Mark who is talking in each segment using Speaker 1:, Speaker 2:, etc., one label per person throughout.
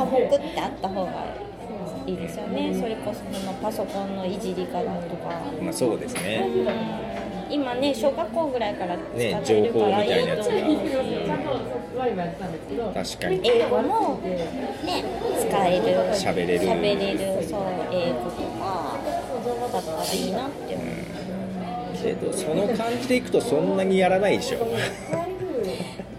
Speaker 1: あった方がいいですよねそれこそそのパソコンのいじり方とか、
Speaker 2: まあ、そうですね
Speaker 1: うん今ね小学校ぐらいから使
Speaker 2: ね
Speaker 1: って
Speaker 2: 情
Speaker 1: るか
Speaker 2: 報み
Speaker 1: ら
Speaker 2: た
Speaker 1: いいと思う、
Speaker 2: いなやつが、
Speaker 3: うん
Speaker 2: 確かに
Speaker 1: 英語もね使える
Speaker 2: 喋れる
Speaker 1: 喋れるそう英語とかだったらいいなって思う
Speaker 2: けどその感じでいくとそんなにやらないでしょ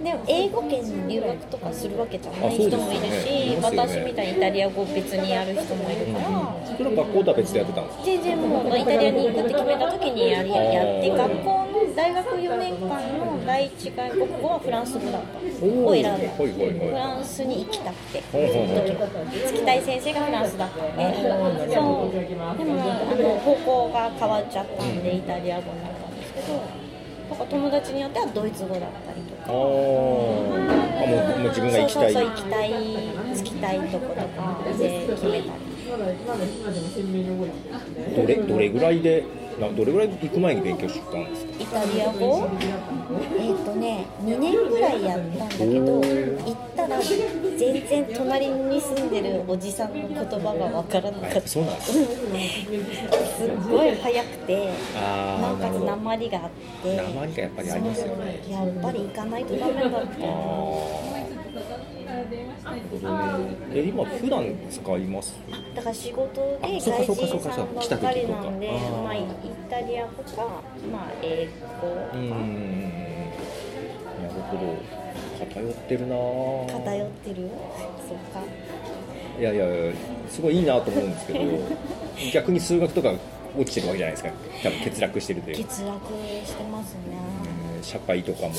Speaker 1: でも英語圏に留学とかするわけじゃな
Speaker 2: あ
Speaker 1: い
Speaker 2: そう
Speaker 1: 人
Speaker 2: ですよ
Speaker 1: も
Speaker 2: ね
Speaker 1: いるし、
Speaker 2: いますよね
Speaker 1: 私みたいにイタリア語を別にやる人もいるから、
Speaker 2: それは学校とは別でやってたんですか
Speaker 1: 全然もうイタリアに行くって決めた時にやり
Speaker 2: あー
Speaker 1: やって学校の大学4年間の第一外国語はフランス語だったを選んだ
Speaker 2: ほいほいほい
Speaker 1: フランスに行きたくて
Speaker 2: ほんほんほん
Speaker 1: つきたい先生がフランスだったんでそうでもあの方向が変わっちゃったんでイタリア語になったんですけどなんか友達によってはドイツ語だったりとか
Speaker 2: あーあもうもう自分が行きたい
Speaker 1: そうそうそう行きたい着きたいとことかで決めたり
Speaker 2: どれどれぐらいでなどれぐらい行く前に勉強してたんですか
Speaker 1: イタリア語えっ、とね2年ぐらいやったんだけど行ったら全然隣に住んでるおじさんの言葉がわからなかっ
Speaker 2: あ
Speaker 1: た
Speaker 2: そうなんですか
Speaker 1: すっごい早くて
Speaker 2: あー
Speaker 1: なおかつ
Speaker 2: なるほ
Speaker 1: 鉛があって
Speaker 2: 鉛がやっぱりありますよね
Speaker 1: そうやっぱり行かないとダメだっ
Speaker 2: あ
Speaker 1: た
Speaker 2: あなるほどねえ今普段使います
Speaker 1: だから仕事で
Speaker 2: あそうか
Speaker 1: 外
Speaker 2: そうかそう
Speaker 1: 人さん
Speaker 2: か
Speaker 1: ばっかりなんで
Speaker 2: 来た時とかあー
Speaker 1: まあイタリア語かまあ英語
Speaker 2: うーんなるほど偏ってるなー
Speaker 1: 偏ってるそうか
Speaker 2: いやいやいやすごいいいなと思うんですけど逆に数学とか落ちてるわけじゃないですか多分欠落してるというか
Speaker 1: 欠落してますね
Speaker 2: うん社会とかもか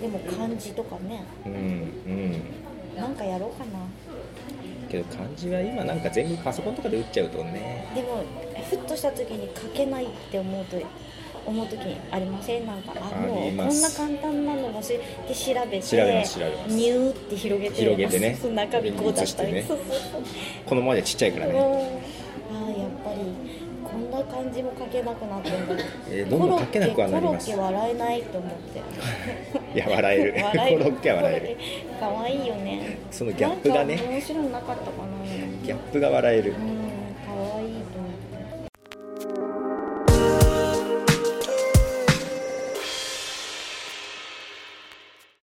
Speaker 1: でも漢字とかね
Speaker 2: なうんうん
Speaker 1: なんかやろうかな
Speaker 2: けど漢字は今なんか全部パソコンとかで打っちゃうとね
Speaker 1: でもふっとした時に書けないって思うと思う時ありませんなんかあも
Speaker 2: あ
Speaker 1: う
Speaker 2: り
Speaker 1: こ
Speaker 2: ま
Speaker 1: ん
Speaker 2: す
Speaker 1: な簡単なのもしで調べて
Speaker 2: 調べます調べます
Speaker 1: ニューって広げて
Speaker 2: 広げてね
Speaker 1: そう 中身こうだったり、
Speaker 2: 移 してね
Speaker 1: そうそうそう
Speaker 2: このままでちっちゃいからね
Speaker 1: うんあーやっぱりこんな感じも書けなくなってんだ
Speaker 2: えーどんどん書けなくはなります
Speaker 1: コロッケコロッケ笑えないと思って
Speaker 2: いや笑える
Speaker 1: 笑え
Speaker 2: コロッケは笑える
Speaker 1: 可愛いよね
Speaker 2: そのギャップがね
Speaker 1: なんか面白いのなかったかな
Speaker 2: ギャップが笑える
Speaker 1: うん